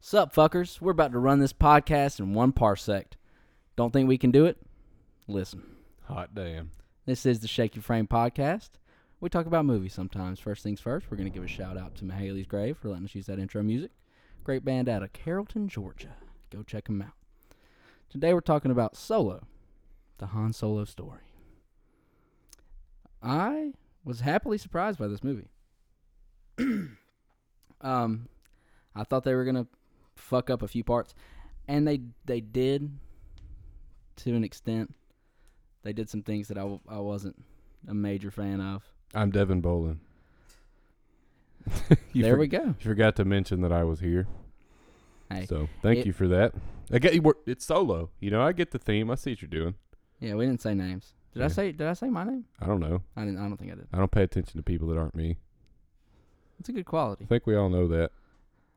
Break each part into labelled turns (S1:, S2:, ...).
S1: Sup, fuckers? We're about to run this podcast in one parsec. Don't think we can do it? Listen.
S2: Hot damn.
S1: This is the Shake Your Frame podcast. We talk about movies sometimes. First things first, we're going to give a shout out to Mahaley's Grave for letting us use that intro music. Great band out of Carrollton, Georgia. Go check them out. Today we're talking about Solo, the Han Solo story. I was happily surprised by this movie. um, I thought they were going to fuck up a few parts, and they they did to an extent. They did some things that I, w- I wasn't a major fan of.
S2: I'm Devin Bolin. you
S1: there
S2: for-
S1: we go.
S2: you forgot to mention that I was here.
S1: Hey.
S2: So thank
S1: It-
S2: you for that. I get you were, it's solo. You know, I get the theme. I see what you're doing.
S1: Yeah, we didn't say names. Did I
S2: Yeah.
S1: say did I say my name?
S2: I don't know.
S1: I didn't I don't think I did.
S2: I don't pay attention to people that aren't me.
S1: It's a good
S2: I
S1: quality.
S2: think we all know that.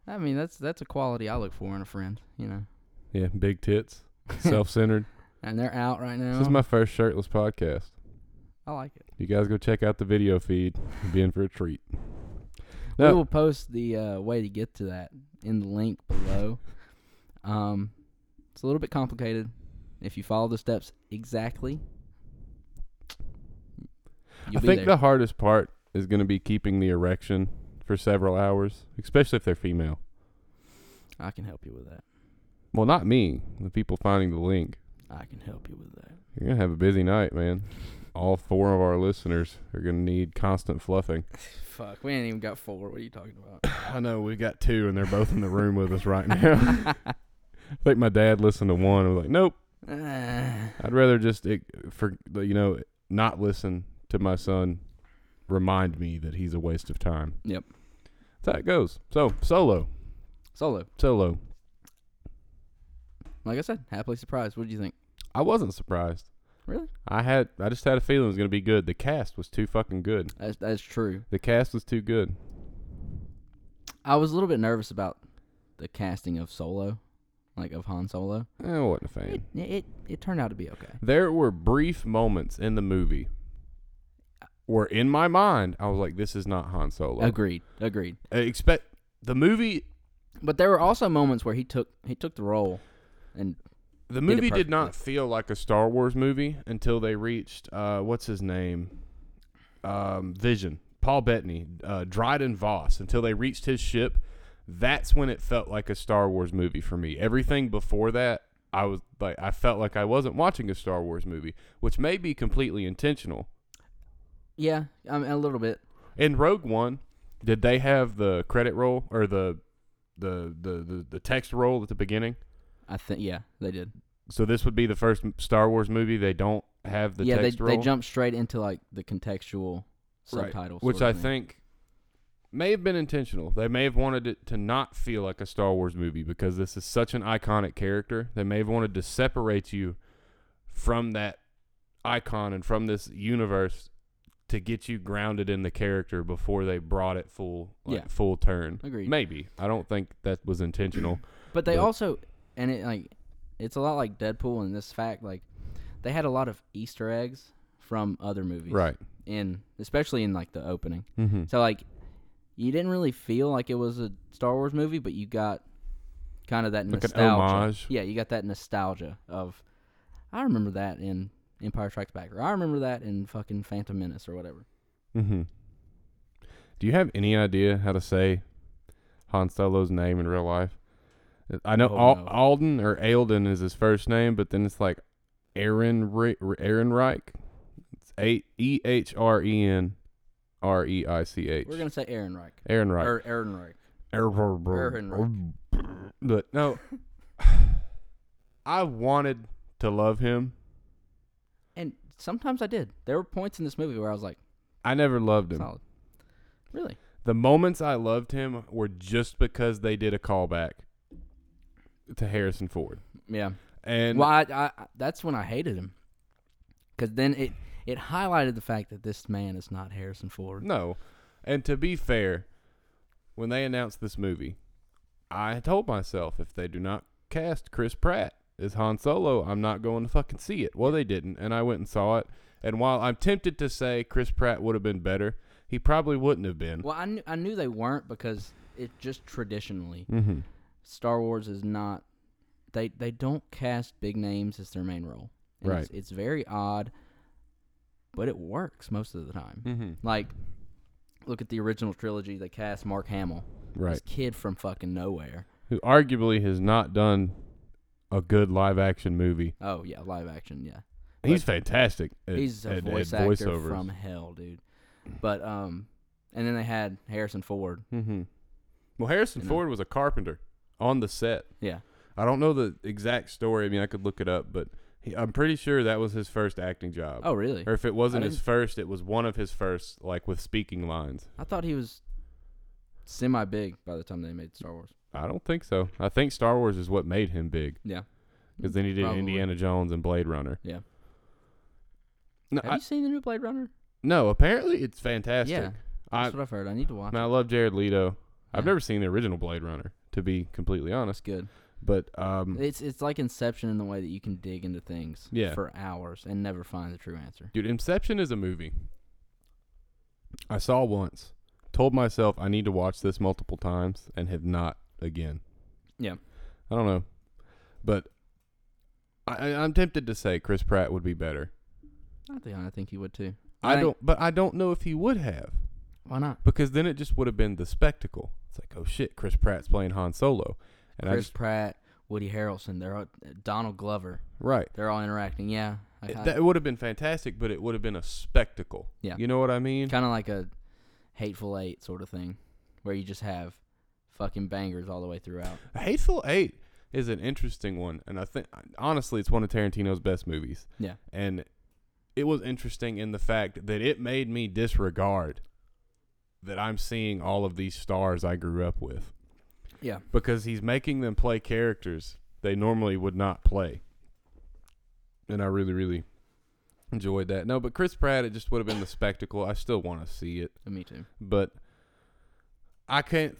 S1: I mean that's that's a quality I look for in a friend, you know.
S2: Yeah, big tits, self centered.
S1: And they're out right now.
S2: This is my first shirtless podcast.
S1: I like it.
S2: You guys go check out the video feed. You'll be in for a treat. No.
S1: We will post the uh, way to get to that in the link below. um it's a little bit complicated. If you follow the steps exactly, you'll
S2: I
S1: be
S2: think
S1: there.
S2: the hardest part is going to be keeping the erection for several hours, especially if they're female.
S1: I can help you with that.
S2: Well, not me. The people finding the link.
S1: I can help you with that.
S2: You're gonna have a busy night, man. All four of our listeners are gonna need constant fluffing.
S1: Fuck, we ain't even got four. What are you talking about?
S2: I know we got two, and they're both in the room with us right now. I think my dad listened to one and was like, "Nope,
S1: Uh,
S2: I'd rather just it, for you know not listen to my son remind me that he's a waste of time."
S1: Yep.
S2: that's how it goes. So solo,
S1: solo.
S2: solo.
S1: Like I said, happily surprised. What did you think?
S2: I wasn't surprised.
S1: Really?
S2: I had I just had a feeling it was gonna be good. The cast was too fucking good.
S1: That's that's true.
S2: The cast was too good.
S1: I was a little bit nervous about the casting of Solo, like of Han Solo.
S2: Eh, I wasn't a fan.
S1: It it, it turned out to be okay.
S2: There were brief moments in the movie where, in my mind, I was like, "This is not Han Solo."
S1: Agreed. Agreed.
S2: I expect the movie.
S1: But there were also moments where he took he took the role, and
S2: The
S1: it
S2: movie did not
S1: perfectly.
S2: feel like a Star Wars movie until they reached uh, what's his name, um, Vision, Paul Bettany, uh, Dryden Voss. Until they reached his ship, that's when it felt like a Star Wars movie for me. Everything before that, I was like, I felt like I wasn't watching a Star Wars movie, which may be completely intentional.
S1: yeah, I mean, a little bit.
S2: In Rogue One, did they have the credit roll or the the the the, the text roll at the beginning?
S1: I think yeah, they did.
S2: So this would be the first m- Star Wars movie they don't have the
S1: yeah, they
S2: text roll,
S1: they jumped straight into like the contextual
S2: Right.
S1: subtitles,
S2: which I think may have been intentional. They may have wanted it to not feel like a Star Wars movie because this is such an iconic character. They may have wanted to separate you from that icon and from this universe to get you grounded in the character before they brought it full like,
S1: Yeah.
S2: full turn.
S1: Agreed.
S2: Maybe. I don't think that was intentional.
S1: But they
S2: But-
S1: also, and it like, it's a lot like Deadpool in this fact. Like, they had a lot of Easter eggs from other movies, In especially in like the opening.
S2: Mm-hmm.
S1: So like, you didn't really feel like it was a Star Wars movie, but you got kind of that
S2: Like an
S1: nostalgia.
S2: homage.
S1: Yeah, you got that nostalgia of, I remember that in Empire Strikes Back, or I remember that in fucking Phantom Menace, or whatever.
S2: Mm-hmm. Do you have any idea how to say Han Solo's name in real life? I know
S1: Oh,
S2: Al-
S1: no.
S2: Alden or Aelden is his first name, but then it's like Aaron Ri- Aaron Reich. It's A E H R E N R E I C H.
S1: We're gonna say Aaron Reich.
S2: Aaron Reich. Er-,
S1: Or Aaron Reich. Aaron
S2: But no, I wanted to love him.
S1: And sometimes I did. There were points in this movie where I was like,
S2: I never loved him.
S1: solid. Really?
S2: The moments I loved him were just because they did a callback to Harrison Ford.
S1: Yeah.
S2: And
S1: well, I, I, I- that's when I hated him, because then it it highlighted the fact that this man is not Harrison Ford.
S2: no. And to be fair, when they announced this movie, I told myself if they do not cast Chris Pratt as Han Solo, I'm not going to fucking see it. Well, they didn't, and I went and saw it. And while I'm tempted to say Chris Pratt would have been better, he probably wouldn't have been.
S1: Well, I knew I knew they weren't because it just traditionally
S2: Mhm.
S1: Star Wars is not they they don't cast big names as their main role. And
S2: Right.
S1: It's, it's very odd, but it works most of the time.
S2: Mm-hmm.
S1: Like, look at the original trilogy. They cast Mark Hamill, this
S2: Right.
S1: kid from fucking nowhere.
S2: Who arguably has not done a good live action movie.
S1: Oh yeah, live action. Yeah,
S2: He's fantastic. At,
S1: he's a
S2: at- at
S1: voice actor
S2: voiceovers.
S1: from hell, dude. But um, and then they had Harrison Ford.
S2: Mm-hmm. Well, Harrison
S1: You know.
S2: Ford was a carpenter on the set.
S1: Yeah,
S2: I don't know the exact story. I mean, I could look it up, but he, I'm pretty sure that was his first acting job.
S1: Oh, really?
S2: Or if it wasn't his
S1: didn't-
S2: first, it was one of his first, like with speaking lines.
S1: I thought he was semi big by the time they made Star Wars.
S2: I don't think so. I think Star Wars is what made him big
S1: Yeah.
S2: because then he did
S1: Probably.
S2: Indiana Jones and Blade Runner.
S1: Yeah.
S2: No,
S1: Have
S2: I-
S1: you seen the new Blade Runner?
S2: no apparently it's fantastic.
S1: Yeah,
S2: I,
S1: that's what I've heard. I need to watch.
S2: and I love Jared Leto. I've
S1: Yeah.
S2: never seen the original Blade Runner, to be completely honest.
S1: It's good.
S2: But um,
S1: It's it's like Inception in the way that you can dig into things
S2: Yeah.
S1: for hours and never find the true answer.
S2: Dude, Inception is a movie. I saw once, told myself I need to watch this multiple times, and have not again.
S1: Yeah.
S2: I don't know, but I, I- I'm tempted to say Chris Pratt would be better.
S1: I think I think he would too. I
S2: I,
S1: think-
S2: don't, but I don't know if he would have
S1: Why not?
S2: because then it just would have been the spectacle. It's like, oh shit, Chris Pratt's playing Han Solo, and I
S1: Chris
S2: just
S1: Pratt, Woody Harrelson, they're all, Donald Glover,
S2: right.
S1: they're all interacting. Yeah, I,
S2: It,
S1: kind
S2: that would have been fantastic, but it would have been a spectacle.
S1: Yeah.
S2: you know what I mean.
S1: of like a hateful eight sort of thing, where you just have fucking bangers all the way throughout.
S2: Hateful Eight is an interesting one, and I think honestly, it's one of Tarantino's best movies.
S1: Yeah.
S2: and it was interesting in the fact that it made me disregard that I'm seeing all of these stars I grew up with
S1: Yeah,
S2: because he's making them play characters they normally would not play, and I really, really enjoyed that. No, but Chris Pratt, it just would have been the spectacle. I still want to see it,
S1: me too.
S2: but I can't.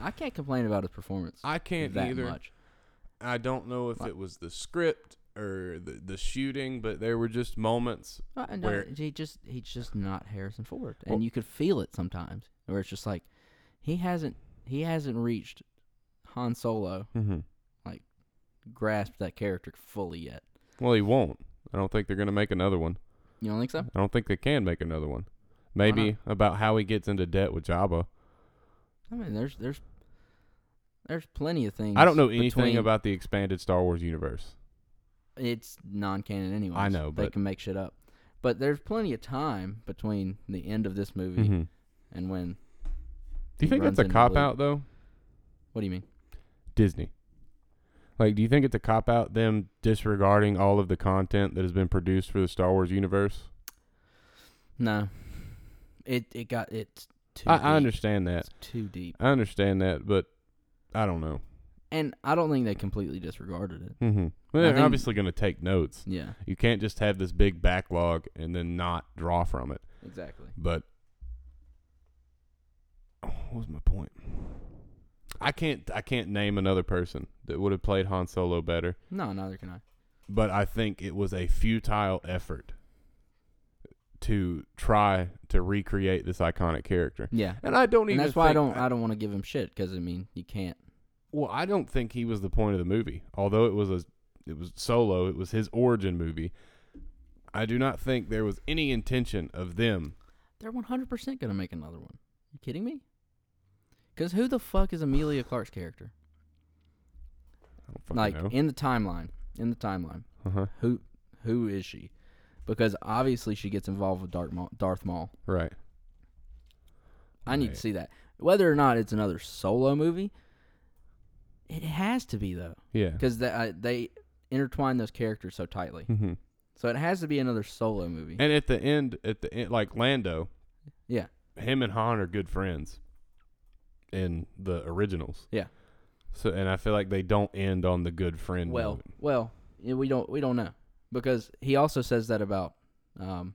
S1: I can't complain about his performance.
S2: I can't
S1: that
S2: either.
S1: much.
S2: I don't know if
S1: Like-
S2: it was the script or the, the shooting, but there were just moments.
S1: Uh, no,
S2: Where-
S1: he just he's just not Harrison Ford, and
S2: Well-
S1: you could feel it sometimes, where it's just like he hasn't he hasn't reached Han Solo,
S2: Mm-hmm.
S1: grasped that character fully yet.
S2: Well, he won't. I don't think they're going to make another one.
S1: You don't think so?
S2: I don't think they can make another one.
S1: not?
S2: Maybe about how he gets into debt with Jabba.
S1: I mean, there's there's there's plenty of things.
S2: I don't know anything
S1: between-
S2: about the expanded Star Wars universe.
S1: It's non-canon anyway.
S2: know,
S1: they
S2: but-
S1: can make shit up. But there's plenty of time between the end of this movie
S2: Mhm.
S1: and when. He
S2: Do you think
S1: runs
S2: that's a
S1: into
S2: cop
S1: Luke.
S2: out, though?
S1: What do you mean?
S2: Disney. Like, do you think it's a cop out them disregarding all of the content that has been produced for the Star Wars universe?
S1: No, it it got it's too.
S2: I,
S1: deep.
S2: I understand that.
S1: It's too deep,
S2: I understand that, but I don't know.
S1: and I don't think they completely disregarded it.
S2: Mm-hmm. Well, they're
S1: think-
S2: obviously going to take notes.
S1: Yeah,
S2: You can't just have this big backlog and then not draw from it.
S1: exactly.
S2: But oh, what was my point? I can't I can't name another person that would have played Han Solo better,
S1: No, neither can I.
S2: but I think it was a futile effort to try to recreate this iconic character.
S1: Yeah,
S2: And I don't
S1: and
S2: even
S1: that's why I
S2: think-
S1: don't I don't want to give him shit because I mean you can't.
S2: Well, I don't think he was the point of the movie. Although it was a it was solo, it was his origin movie. I do not think there was any intention of them.
S1: They're one hundred percent gonna make another one. You kidding me? Because who the fuck is Amelia Clark's character?
S2: I don't fucking
S1: like
S2: know.
S1: in the timeline, in the timeline,
S2: uh-huh.
S1: who who is she? Because obviously she gets involved with Darth Maul. Darth Maul.
S2: Right.
S1: I need
S2: Right.
S1: to see that. Whether or not it's another solo movie, it has to be though,
S2: Yeah.
S1: because they, I they intertwine those characters so tightly.
S2: hmm
S1: So it has to be another solo movie.
S2: And at the end, at the end, like Lando,
S1: yeah,
S2: him and Han are good friends in the originals.
S1: Yeah.
S2: So, and I feel like they don't end on the good friend.
S1: Well,
S2: note.
S1: well, yeah, we don't we don't know because he also says that about um.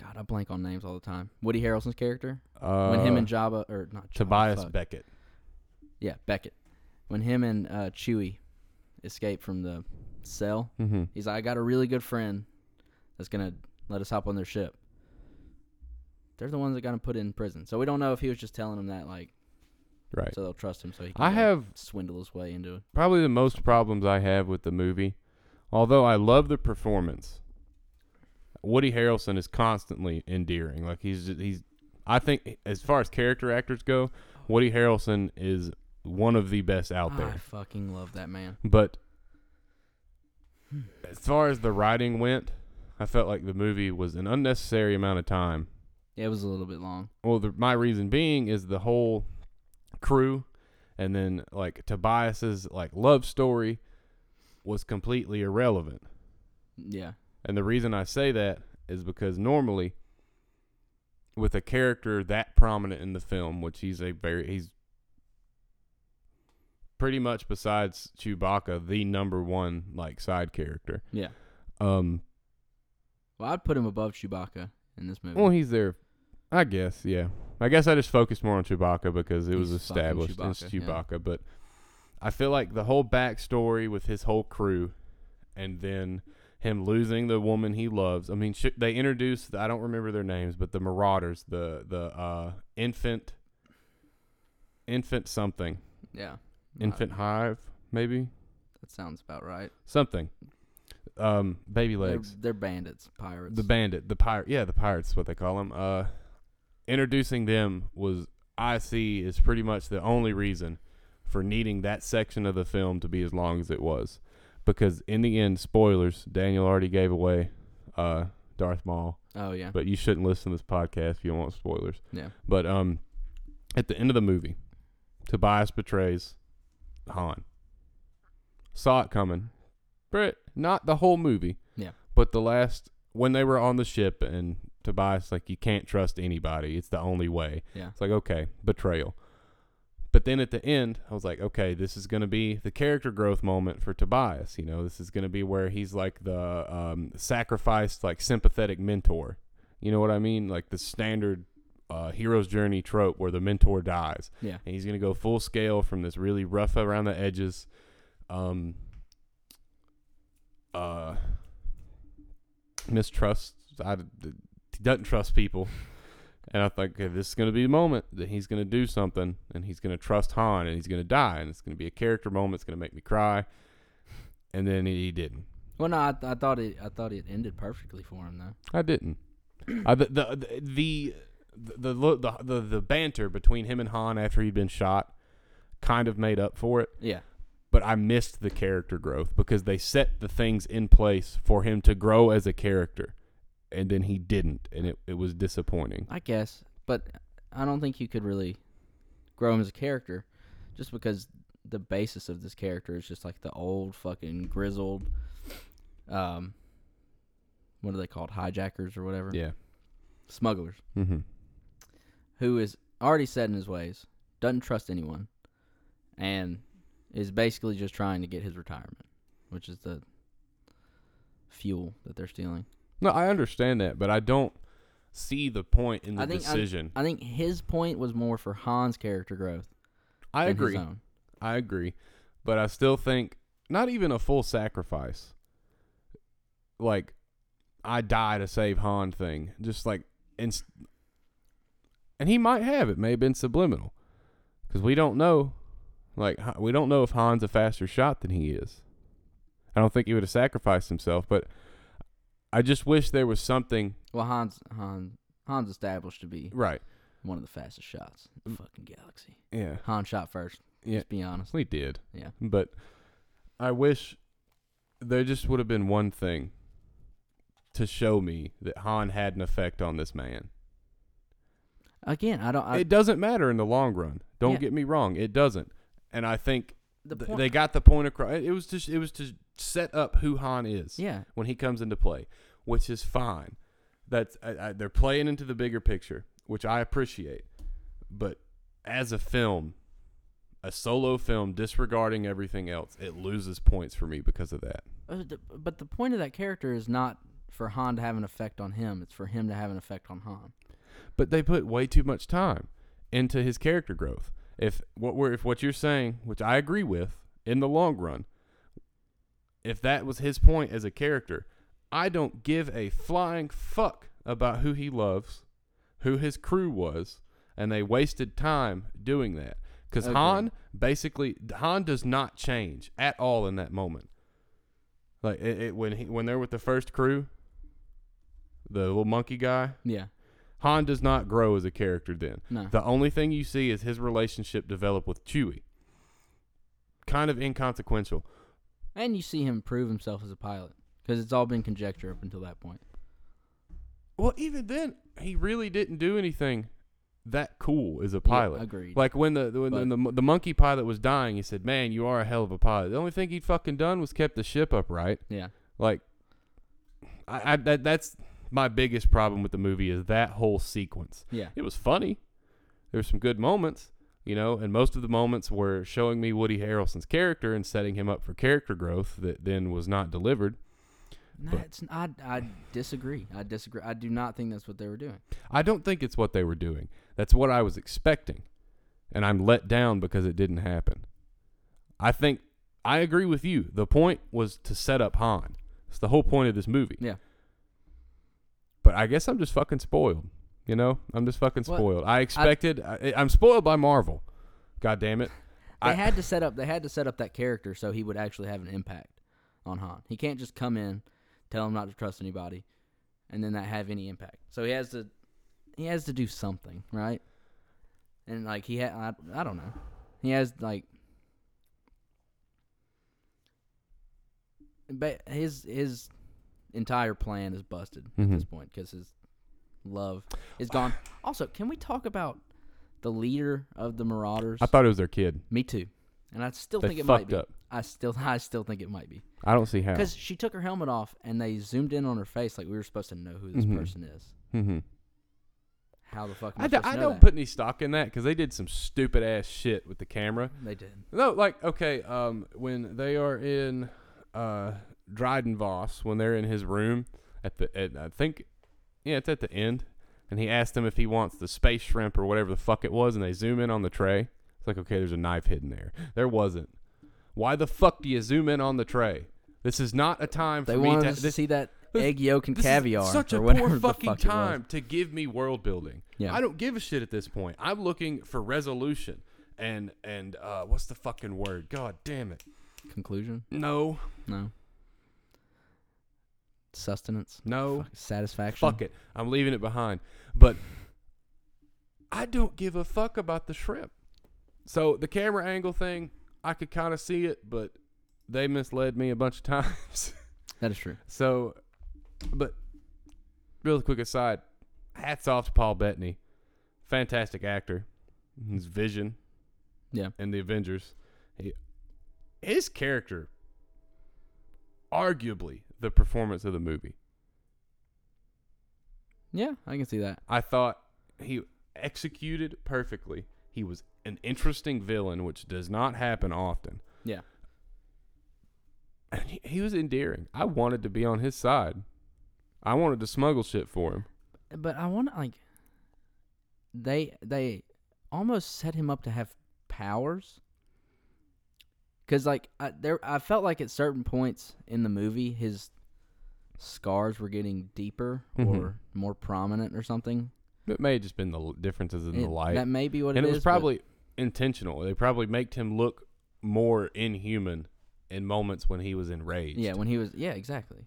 S1: God, I blank on names all the time. Woody Harrelson's character
S2: uh,
S1: when him and Jabba or not Jabba,
S2: Tobias
S1: fuck.
S2: Beckett.
S1: yeah Beckett when him and uh, Chewie escape from the cell,
S2: Mm-hmm.
S1: he's like, I got a really good friend that's gonna let us hop on their ship. They're the ones that got him put in prison, so we don't know if he was just telling him that like
S2: Right.
S1: So they'll trust him so he can
S2: I
S1: go
S2: have
S1: swindle his way into it.
S2: probably the most problems I have with the movie, although I love the performance. Woody Harrelson is constantly endearing. Like he's he's I think as far as character actors go, Woody Harrelson is one of the best out there.
S1: I fucking love that man.
S2: But as far as the writing went, I felt like the movie was an unnecessary amount of time.
S1: Yeah, it was a little bit long.
S2: Well, the, my reason being is the whole crew, and then like Tobias's like love story was completely irrelevant.
S1: Yeah.
S2: And the reason I say that is because normally, with a character that prominent in the film, which he's a very he's pretty much besides Chewbacca the number one like side character.
S1: Yeah.
S2: Um,
S1: Well, I'd put him above Chewbacca in this movie.
S2: well, he's there, I guess. Yeah, I guess I just focused more on Chewbacca because it was
S1: He's fucking
S2: established as
S1: Chewbacca, yeah.
S2: Chewbacca. But I feel like the whole backstory with his whole crew, and then him losing the woman he loves. I mean, sh- they introduced I don't remember their names, but the Marauders, the the uh, infant, infant something,
S1: yeah. Nah,
S2: infant hive, maybe
S1: that sounds about right.
S2: something, um, baby
S1: They're-
S2: legs.
S1: They're, pirates, pirates.
S2: The bandit, the pirate, yeah, the pirates, is what they call him. Uh, introducing them was, I see, is pretty much the only reason for needing that section of the film to be as long as it was, because in the end, spoilers. Daniel already gave away, uh, Darth Maul,
S1: oh yeah.
S2: but you shouldn't listen to this podcast if you don't want spoilers.
S1: Yeah.
S2: But um, at the end of the movie, Tobias betrays Han. Saw it coming, but not the whole movie.
S1: Yeah.
S2: But the last when they were on the ship and Tobias like you can't trust anybody. It's the only way.
S1: Yeah.
S2: It's like okay, betrayal. But then at the end, I was like, okay, this is going to be the character growth moment for Tobias. You know, this is going to be where he's like the um, sacrificed, like sympathetic mentor. You know what I mean? Like the standard uh, hero's journey trope where the mentor dies.
S1: Yeah.
S2: And he's going to go full scale from this really rough around the edges. Um, uh, mistrust. I, he doesn't trust people. And I think okay, this is going to be the moment that he's going to do something and he's going to trust Han and he's going to die. And it's going to be a character moment. It's going to make me cry. And then he didn't.
S1: Well, no, I, I thought it. I thought it ended perfectly for him though.
S2: I didn't. I, the, the, the, the, the, the, the, the banter between him and Han after he'd been shot kind of made up for it,
S1: Yeah.
S2: but I missed the character growth because they set the things in place for him to grow as a character, and then he didn't, and it, it was disappointing.
S1: I guess, but I don't think you could really grow him as a character, just because the basis of this character is just like the old fucking grizzled, um, what are they called, hijackers or whatever,
S2: Yeah.
S1: smugglers,
S2: Mm-hmm.
S1: who is already set in his ways, doesn't trust anyone, and is basically just trying to get his retirement, which is the fuel that they're stealing.
S2: No, I understand that, but I don't see the point in the
S1: I think I-
S2: decision.
S1: I think his point was more for Han's character growth.
S2: I
S1: than his
S2: agree.
S1: own.
S2: I agree, but I still think not even a full sacrifice. Like I die to save Han thing, just like and and he might have it. May have been subliminal, because we don't know. Like Ha- we don't know if Han's a faster shot than he is. I don't think he would have sacrificed himself, but I just wish there was something
S1: Well, Hans Han Han's established to be
S2: right.
S1: one of the fastest shots in the fucking galaxy.
S2: Yeah,
S1: Han shot first.
S2: Yeah.
S1: Let's be honest.
S2: we did.
S1: Yeah.
S2: But I wish there just would have been one thing to show me that Han had an effect on this man.
S1: Again, I don't. I,
S2: it doesn't matter in the long run. Don't
S1: Yeah.
S2: get me wrong. It doesn't. And I think
S1: the
S2: th-
S1: point.
S2: they got the point across. It was just it was to set up who Han is
S1: yeah,
S2: when he comes into play, which is fine. That's I, I, they're playing into the bigger picture, which I appreciate. But as a film, a solo film, disregarding everything else, it loses points for me because of that.
S1: Uh, the- but the point of that character is not for Han to have an effect on him. It's for him to have an effect on Han.
S2: But they put way too much time into his character growth. If what we're if what you're saying, which I agree with, in the long run, if that was his point as a character, I don't give a flying fuck about who he loves, who his crew was, and they wasted time doing that. Because
S1: Agreed.
S2: Han basically Han does not change at all in that moment. Like it, it, when he, when they're with the first crew, the little monkey guy,
S1: Yeah.
S2: Han does not grow as a character then.
S1: No.
S2: The only thing you see is his relationship develop with Chewie. Kind of inconsequential.
S1: and you see him prove himself as a pilot because it's all been conjecture up until that point.
S2: Well, even then, he really didn't do anything that cool as a
S1: Yeah,
S2: pilot.
S1: agreed.
S2: Like when the when the,
S1: But-
S2: the, mo- the monkey pilot was dying, he said, "Man, you are a hell of a pilot." The only thing he'd fucking done was kept the ship upright.
S1: yeah.
S2: Like, I, I that that's my biggest problem with the movie is that whole sequence.
S1: Yeah.
S2: It was funny. There were some good moments, you know, and most of the moments were showing me Woody Harrelson's character and setting him up for character growth that then was not delivered.
S1: No,
S2: but-
S1: it's, I, I disagree. I disagree. I do not think that's what they were doing.
S2: I don't think it's what they were doing. That's what I was expecting. And I'm let down because it didn't happen. I think I agree with you. The point was to set up Han. It's the whole point of this movie.
S1: Yeah.
S2: But I guess I'm just fucking spoiled. You know, I'm just fucking
S1: Well,
S2: spoiled. I expected. I, I'm spoiled by Marvel. God damn it.
S1: They
S2: I-
S1: had to set up. They had to set up that character so he would actually have an impact on Han. He can't just come in, tell him not to trust anybody, and then not have any impact. So he has to. He has to do something, right? And like he had, I, I don't know. He has like. But his his entire plan is busted at this point because his love is gone. also, can we talk about the leader of the Marauders?
S2: I thought it was their kid.
S1: Me too. And I still
S2: They
S1: think it
S2: fucked
S1: might be.
S2: up.
S1: I still I still think it might be.
S2: I don't see how.
S1: Cuz she took her helmet off and they zoomed in on her face like we were supposed to know who this
S2: Mhm.
S1: person is.
S2: Mhm.
S1: How the fuck am I,
S2: I, d-
S1: supposed
S2: I
S1: to know
S2: don't
S1: that?
S2: put any stock in that because they did some stupid ass shit with the camera.
S1: They did.
S2: No, like okay, um, when they are in uh, Dryden Voss, when they're in his room at the, at, I think, yeah, it's at the end, and he asked him if he wants the space shrimp or whatever the fuck it was, and they zoom in on the tray. It's like okay, there's a knife hidden there. There wasn't. Why the fuck do you zoom in on the tray? This is not a time for
S1: They
S2: me
S1: wanted
S2: to.
S1: us to
S2: this-
S1: see that
S2: this-
S1: egg yolk and
S2: this is
S1: caviar
S2: Such
S1: or
S2: a
S1: whatever
S2: poor
S1: the
S2: fucking
S1: fuck it was.
S2: time to give me world building.
S1: Yeah.
S2: I don't give a shit at this point. I'm looking for resolution and and uh, what's the fucking word? God damn it!
S1: Conclusion?
S2: No,
S1: No. Sustenance?
S2: no,
S1: Fuck, satisfaction?
S2: fuck it. I'm leaving it behind. But I don't give a fuck about the shrimp. So the camera angle thing, I could kind of see it, but they misled me a bunch of times.
S1: That is true.
S2: So, but real quick aside, hats off to Paul Bettany, fantastic actor. His Vision,
S1: Yeah.
S2: and the Avengers. He, his character, arguably the performance of the movie.
S1: Yeah, I can see that.
S2: I thought he executed perfectly. He was an interesting villain, which does not happen often.
S1: Yeah.
S2: And he, he was endearing. I wanted to be on his side. I wanted to smuggle shit for him.
S1: But I want to like they they almost set him up to have powers. Cause like I, there, I felt like at certain points in the movie, his scars were getting deeper
S2: Mhm.
S1: or more prominent or something.
S2: It may have just been the l- differences in the
S1: It-
S2: light.
S1: That may be what
S2: and
S1: it
S2: it was
S1: is, but-
S2: probably intentional. They probably made him look more inhuman in moments when he was enraged.
S1: yeah, when he was yeah exactly.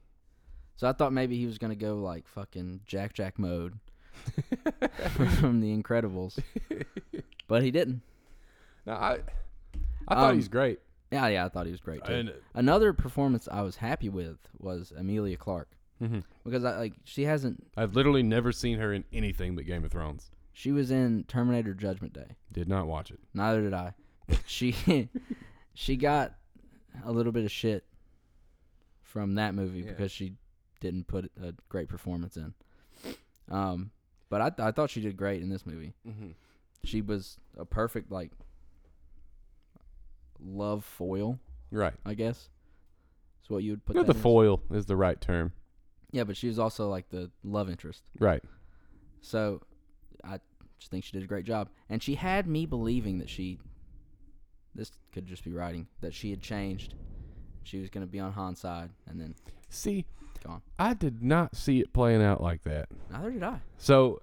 S1: So I thought maybe he was gonna go like fucking Jack Jack mode from The Incredibles, but he didn't.
S2: No, I, I thought
S1: Um,
S2: he's great.
S1: Yeah, yeah, I thought he was great too.
S2: And,
S1: Another performance I was happy with was Amelia Clark
S2: Mhm.
S1: because I like she hasn't.
S2: I've literally never seen her in anything but Game of Thrones.
S1: She was in Terminator Judgment Day.
S2: Did not watch it.
S1: Neither did I. But she she got a little bit of shit from that movie
S2: Yeah.
S1: because she didn't put a great performance in. Um, but I I thought she did great in this movie.
S2: Mm-hmm.
S1: She was a perfect like love foil,
S2: Right.
S1: I guess. Is what you would put.
S2: Not
S1: that
S2: the
S1: as.
S2: foil is the right term.
S1: Yeah, but she was also like the love interest.
S2: Right.
S1: So I just think she did a great job. And she had me believing that she this could just be writing, that she had changed. She was gonna be on Han's side and then
S2: See,
S1: gone.
S2: I did not see it playing out like that.
S1: Neither did I.
S2: So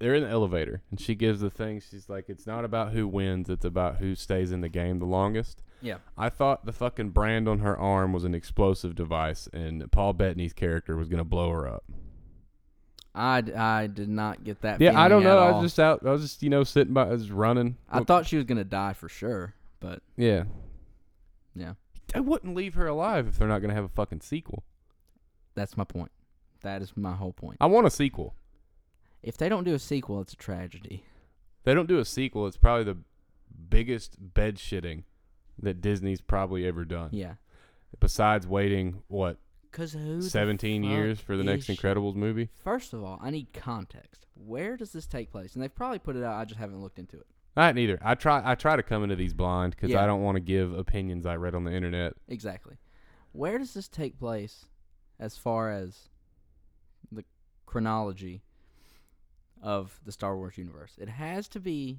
S2: they're in the elevator, and she gives the thing. She's like, "It's not about who wins; it's about who stays in the game the longest."
S1: Yeah.
S2: I thought the fucking brand on her arm was an explosive device, and Paul Bettany's character was gonna blow her up.
S1: I, d- I did not get that.
S2: Yeah, I
S1: feeling
S2: don't know.
S1: at
S2: I
S1: all.
S2: was just out. I was just you know sitting by, I was running.
S1: I thought she was gonna die for sure, but
S2: Yeah.
S1: Yeah.
S2: I wouldn't leave her alive if they're not gonna have a fucking sequel.
S1: that's my point. That is my whole point.
S2: I want a sequel.
S1: If they don't do a sequel, it's a tragedy.
S2: They don't do a sequel. It's probably the biggest bed shitting that Disney's probably ever done.
S1: Yeah,
S2: Besides waiting what
S1: cause who? the
S2: seventeen
S1: fuck
S2: years for the next
S1: is she?
S2: Incredibles movie.
S1: First of all, I need context. Where does this take place? And they've probably put it out. I just haven't looked into it.
S2: I didn't either. I try. I try to come into these blind because
S1: Yeah.
S2: I don't want to give opinions I read on the internet.
S1: Exactly. Where does this take place as far as the chronology of the Star Wars universe? It has to be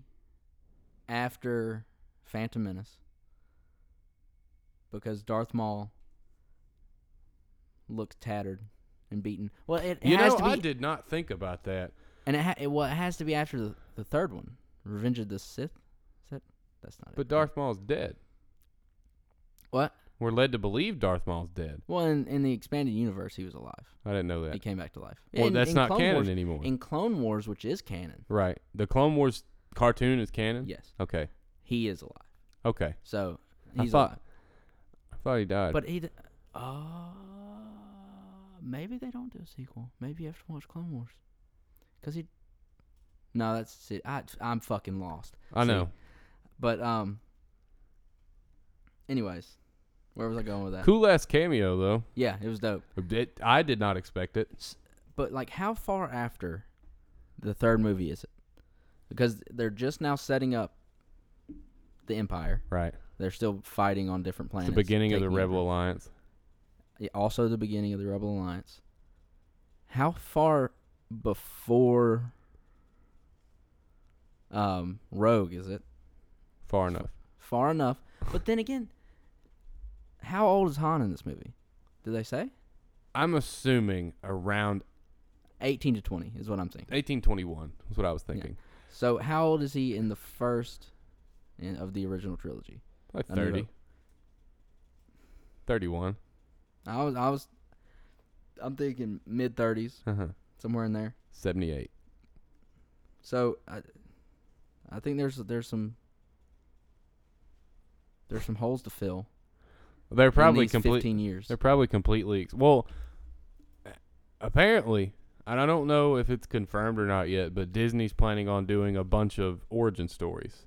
S1: after Phantom Menace because Darth Maul looks tattered and beaten. Well, it, it
S2: you
S1: has
S2: know,
S1: to be
S2: I did not think about that.
S1: and it, ha- it well, it has to be after the, the third one, Revenge of the Sith. Is that that's not it.
S2: But
S1: right?
S2: Darth Maul's dead.
S1: What?
S2: We're led to believe Darth Maul's dead.
S1: Well, in, in the expanded universe, he was alive.
S2: I didn't know
S1: He
S2: that.
S1: came back to life.
S2: Well,
S1: In-
S2: that's
S1: in
S2: not
S1: Clone
S2: canon
S1: Wars-
S2: anymore.
S1: In Clone Wars, which is canon,
S2: right. The Clone Wars cartoon is canon.
S1: yes,
S2: Okay.
S1: he is alive.
S2: Okay.
S1: So
S2: I
S1: he's
S2: thought-
S1: alive.
S2: I thought he died.
S1: But he, d- uh, maybe they don't do a sequel. Maybe you have to watch Clone Wars, because he. No, that's it. I, I'm fucking lost.
S2: I
S1: see,
S2: know.
S1: But um. Anyways, where was I going with that?
S2: Cool ass cameo though.
S1: Yeah, it was dope.
S2: It, I did not expect it.
S1: But like, how far after the third movie is it? Because they're just now setting up the Empire.
S2: Right.
S1: They're still fighting on different
S2: It's
S1: planets.
S2: the beginning of the
S1: taking
S2: Rebel
S1: over.
S2: Alliance.
S1: Yeah, Also, the beginning of the Rebel Alliance. How far before um, Rogue is it?
S2: Far enough.
S1: Far enough. But then again, how old is Han in this movie? Did they say?
S2: I'm assuming around
S1: 18 to 20 is what I'm saying.
S2: 1821. That's what I was thinking.
S1: So, how old is he in the first in, of the original trilogy?
S2: Like
S1: I knew
S2: 30.
S1: it.
S2: 31.
S1: I was, I was, I'm thinking mid 30s,
S2: Uh-huh.
S1: somewhere in there.
S2: 78.
S1: So I, I think there's there's some there's some holes to fill.
S2: They're
S1: in
S2: probably
S1: these
S2: complete
S1: fifteen years.
S2: They're probably completely ex- well. Apparently, and I don't know if it's confirmed or not yet, but Disney's planning on doing a bunch of origin stories.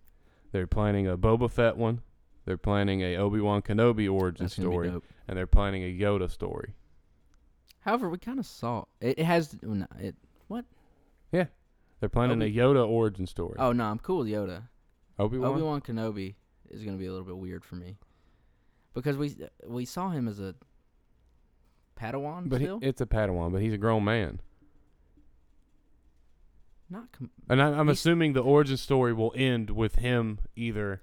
S2: They're planning a Boba Fett one. They're planning a Obi Wan Kenobi origin
S1: That's gonna be
S2: story,
S1: dope.
S2: and they're planning a Yoda story.
S1: However, we kind of saw it, it has oh, no, it.
S2: They're planning
S1: Obi-
S2: a Yoda origin story.
S1: Oh no, I'm cool with Yoda. Obi
S2: Obi Wan.
S1: Wan Kenobi is gonna be a little bit weird for me because we we saw him as a Padawan
S2: But he,
S1: still.
S2: it's a Padawan, but he's a grown man,
S1: Not com-
S2: and I, I'm
S1: He's-
S2: assuming the origin story will end with him either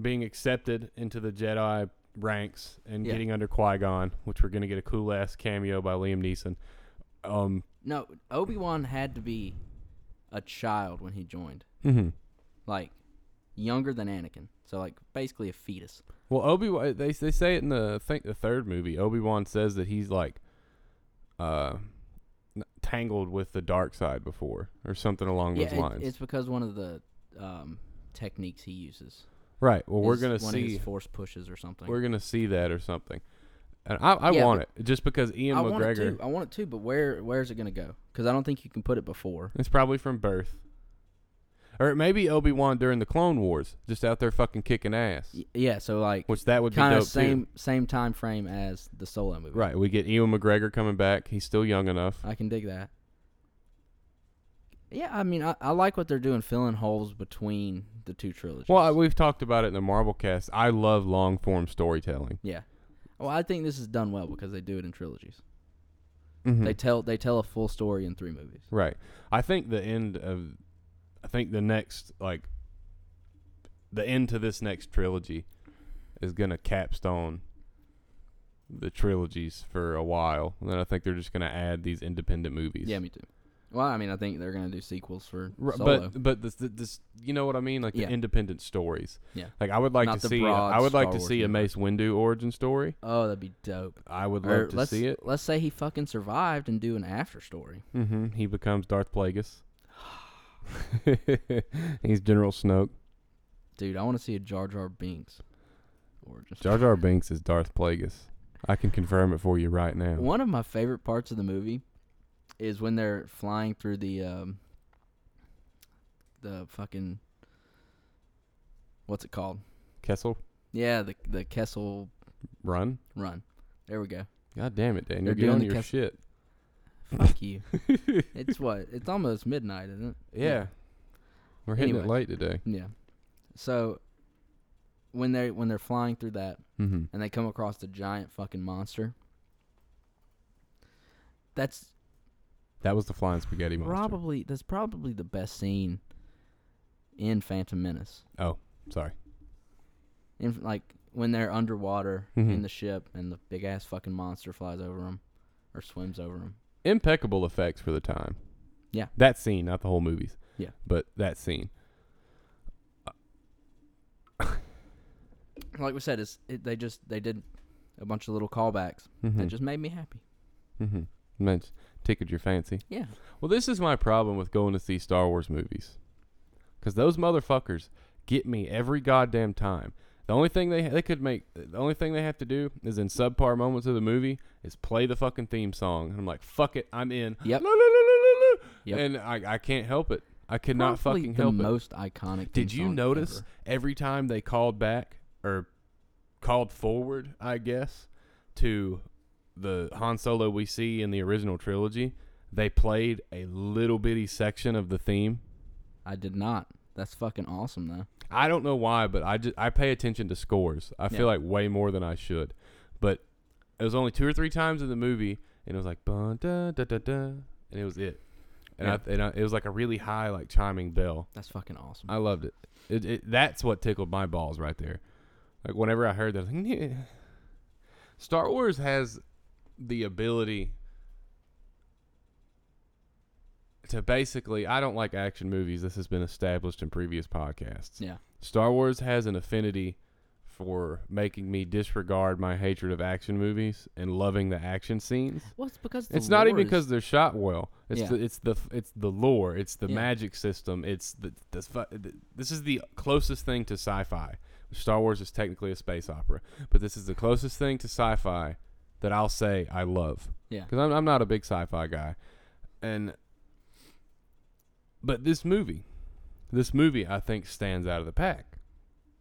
S2: being accepted into the Jedi ranks and
S1: Yeah.
S2: getting under Qui Gon, which we're gonna get a cool ass cameo by Liam Neeson. Um,
S1: no Obi Wan had to be a child when he joined,
S2: Mm-hmm.
S1: like younger than Anakin. So like basically a fetus.
S2: well, Obi Wan they they say it in the I think the third movie. Obi Wan says that he's like, uh, n- tangled with the dark side before or something along
S1: Yeah,
S2: those
S1: it-
S2: lines.
S1: it's because one of the um, techniques he uses.
S2: right. Well, we're
S1: is
S2: gonna
S1: one of
S2: see
S1: his force pushes or something.
S2: we're gonna see that or something. And I, I
S1: Yeah,
S2: want it just because Ian
S1: I
S2: McGregor.
S1: want it too. I want it too, but where where is it gonna go? Because I don't think you can put it before.
S2: It's probably from birth. Or maybe Obi Wan during the Clone Wars, just out there fucking kicking ass.
S1: Y- yeah, so like
S2: Which that would be
S1: kind
S2: dope
S1: of
S2: too.
S1: same same time frame as the solo movie.
S2: Right, we get Ewan McGregor coming back. He's still young enough.
S1: I can dig that. Yeah, I mean, I, I like what they're doing, filling holes between the two trilogies.
S2: Well, I, we've talked about it in the Marvel cast. I love long form storytelling.
S1: yeah. Well, I think this is done well because they do it in trilogies.
S2: Mhm.
S1: They tell they tell a full story in three movies.
S2: right. I think the end of, I think the next like, the end to this next trilogy, is gonna capstone. The trilogies for a while, and then I think they're just gonna add these independent movies.
S1: Yeah, me too. Well, I mean, I think they're gonna do sequels for
S2: R-
S1: Solo.
S2: But but this, this this you know what I mean like the
S1: Yeah.
S2: independent stories.
S1: Yeah.
S2: Like I would like
S1: Not
S2: to
S1: the
S2: see
S1: broad
S2: I would like
S1: Star
S2: to
S1: Wars
S2: see a Mace
S1: universe.
S2: Windu origin story.
S1: oh, that'd be dope.
S2: I would
S1: Or
S2: love to
S1: let's
S2: see it.
S1: let's say he fucking survived and do an after story.
S2: hmm He becomes Darth Plagueis. He's General Snoke.
S1: Dude, I want to see a Jar Jar Binks. Or just
S2: Jar Jar Binks is Darth Plagueis. I can confirm it for you right now.
S1: one of my favorite parts of the movie is when they're flying through the um the fucking what's it called?
S2: Kessel
S1: Yeah, the the Kessel
S2: Run.
S1: run. There we go.
S2: God damn it, Daniel.
S1: They're
S2: Get
S1: doing
S2: on
S1: the
S2: your
S1: Kessel-
S2: shit.
S1: Fuck you. It's what? It's almost midnight, isn't it?
S2: Yeah. We're hitting it
S1: Anyway.
S2: late today.
S1: Yeah. So when they when they're flying through that
S2: Mm-hmm.
S1: and they come across the giant fucking monster. That's
S2: That was the flying spaghetti monster.
S1: probably that's probably the best scene in Phantom Menace.
S2: Oh, sorry.
S1: In like when they're underwater
S2: Mhm.
S1: in the ship and the big ass fucking monster flies over them or swims over them.
S2: impeccable effects for the time.
S1: Yeah.
S2: That scene, not the whole movies.
S1: Yeah.
S2: But that scene.
S1: Like we said, it's it, they just they did a bunch of little callbacks that just made me happy.
S2: mm-hmm. That's tickled your fancy.
S1: Yeah,
S2: Well, this is my problem with going to see Star Wars movies. Because those motherfuckers get me every goddamn time. The only thing they they could make the only thing they have to do is in subpar moments of the movie is play the fucking theme song. And I'm like, fuck it, I'm in.
S1: Yep.
S2: La, la, la, la, la, la.
S1: Yep.
S2: And I, I can't help it. I could not
S1: Probably
S2: fucking
S1: the
S2: help it.
S1: most iconic.
S2: Did
S1: theme
S2: you
S1: song
S2: notice
S1: ever.
S2: every time they called back or called forward, I guess, to the Han Solo we see in the original trilogy, they played a little bitty section of the theme.
S1: I did not. That's fucking awesome though.
S2: I don't know why, but I just I pay attention to scores. I
S1: Yeah.
S2: feel like way more than I should. But it was only two or three times in the movie, and it was like bun, da, da, da, da, and it was it. And, I, and I, it was like a really high like chiming bell.
S1: That's fucking awesome.
S2: I loved it. It, it. That's what tickled my balls right there. Like whenever I heard that, I was like, "Yeah." Star Wars has the ability to basically. I don't like action movies. This has been established in previous podcasts.
S1: yeah.
S2: Star Wars has an affinity for making me disregard my hatred of action movies and loving the action scenes.
S1: Well, it's because the
S2: It's not even
S1: lore is-
S2: because they're shot well. It's
S1: Yeah.
S2: the it's the it's the lore. It's the
S1: Yeah.
S2: magic system. It's the, the, fu- the this is the closest thing to sci-fi. Star Wars is technically a space opera, but this is the closest thing to sci-fi that I'll say I love
S1: yeah.
S2: because I'm I'm not a big sci-fi guy, and but this movie, this movie I think stands out of the pack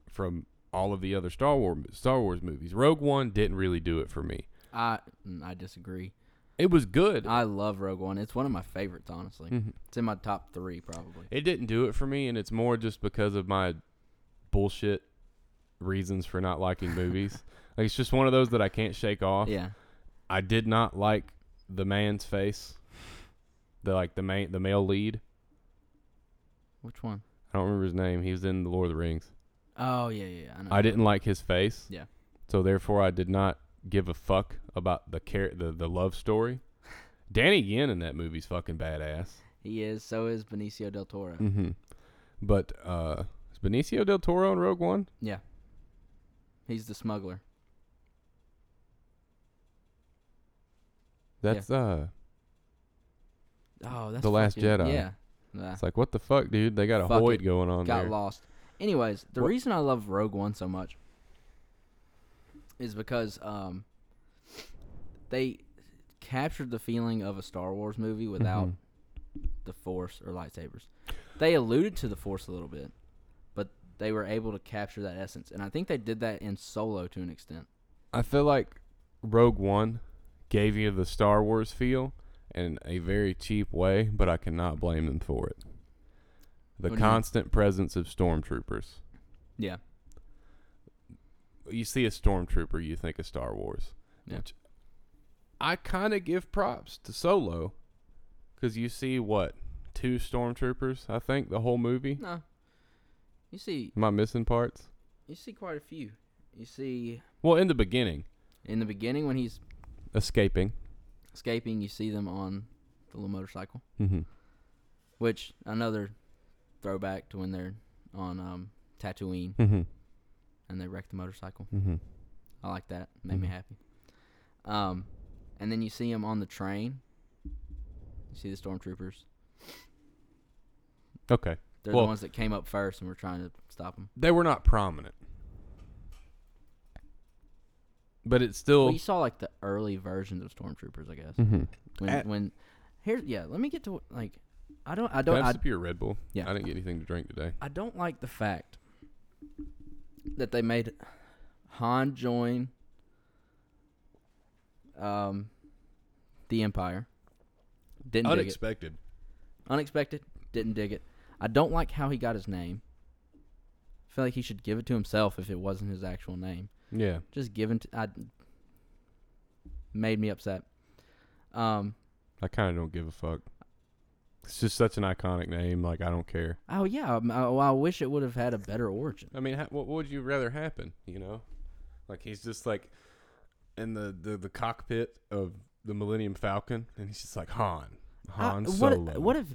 S2: from all of the other Star Wars Star Wars movies. Rogue One didn't really do it for me.
S1: I mm, I disagree.
S2: It was good.
S1: I love Rogue One. It's one of my favorites, honestly.
S2: Mhm.
S1: It's in my top three, probably.
S2: It didn't do it for me, and it's more just because of my bullshit reasons for not liking movies. like it's just one of those that I can't shake off.
S1: Yeah,
S2: I did not like the man's face, the like the main the male lead.
S1: which one?
S2: I don't remember his name. He was in the Lord of the Rings.
S1: Oh yeah, yeah. yeah, I know.
S2: I didn't like his face.
S1: Yeah.
S2: So therefore, I did not give a fuck about the care the the love story. Danny Yen in that movie's fucking badass.
S1: He is. So is Benicio del Toro.
S2: Mm-hmm. But uh, is Benicio del Toro in Rogue One?
S1: Yeah. He's the smuggler.
S2: That's uh.
S1: Oh, that's
S2: The Last
S1: fucking-
S2: Jedi.
S1: Yeah. Nah,
S2: It's like what the fuck, dude? They got a
S1: Fuck
S2: void
S1: it.
S2: going on
S1: got
S2: there.
S1: lost. Anyways, the
S2: What-
S1: reason I love Rogue One so much is because um they captured the feeling of a Star Wars movie without
S2: Mhm.
S1: the Force or lightsabers. They alluded to the Force a little bit, but they were able to capture that essence, and I think they did that in Solo to an extent.
S2: I feel like Rogue One gave you the Star Wars feel in a very cheap way, but I cannot blame them for it. The
S1: What do you mean?
S2: constant presence of stormtroopers.
S1: Yeah,
S2: You see a stormtrooper, you think of Star Wars.
S1: Yeah.
S2: Which I kind of give props to Solo because you see what two stormtroopers. I think the whole movie.
S1: no, you see,
S2: Am I missing parts?
S1: you see quite a few. You see
S2: Well, in the beginning,
S1: in the beginning when he's
S2: escaping.
S1: escaping, you see them on the little motorcycle.
S2: Mm-hmm.
S1: Which another throwback to when they're on um, Tatooine
S2: Mm-hmm.
S1: and they wreck the motorcycle.
S2: Mm-hmm.
S1: I like that. Made me
S2: Mhm.
S1: happy. Um, and then you see him on the train. You see the stormtroopers.
S2: Okay.
S1: They're
S2: Well-
S1: the ones that came up first and were trying to stop him.
S2: They were not prominent. But it's still.
S1: Well, you saw like the early versions of stormtroopers, I guess.
S2: mm-hmm.
S1: When
S2: At-
S1: when here, yeah. Let me get to like, I don't, I
S2: Can I
S1: don't,
S2: have
S1: I,
S2: a sip of your Red Bull?
S1: Yeah.
S2: I didn't get anything to drink today.
S1: I don't like the fact that they made Han join um the Empire. Didn't dig it.
S2: Unexpected.
S1: Unexpected. Didn't dig it. I don't like how he got his name. I feel like he should give it to himself if it wasn't his actual name.
S2: Yeah.
S1: Just given to I made me upset. Um
S2: I kind of don't give a fuck. It's just such an iconic name. Like I don't care.
S1: oh yeah, um, I, well, I wish it would have had a better origin.
S2: I mean, ha- what would you rather happen? You know, like he's just like in the the, the cockpit of the Millennium Falcon, and he's just like Han, Han
S1: I-
S2: Solo.
S1: Uh, What, what if?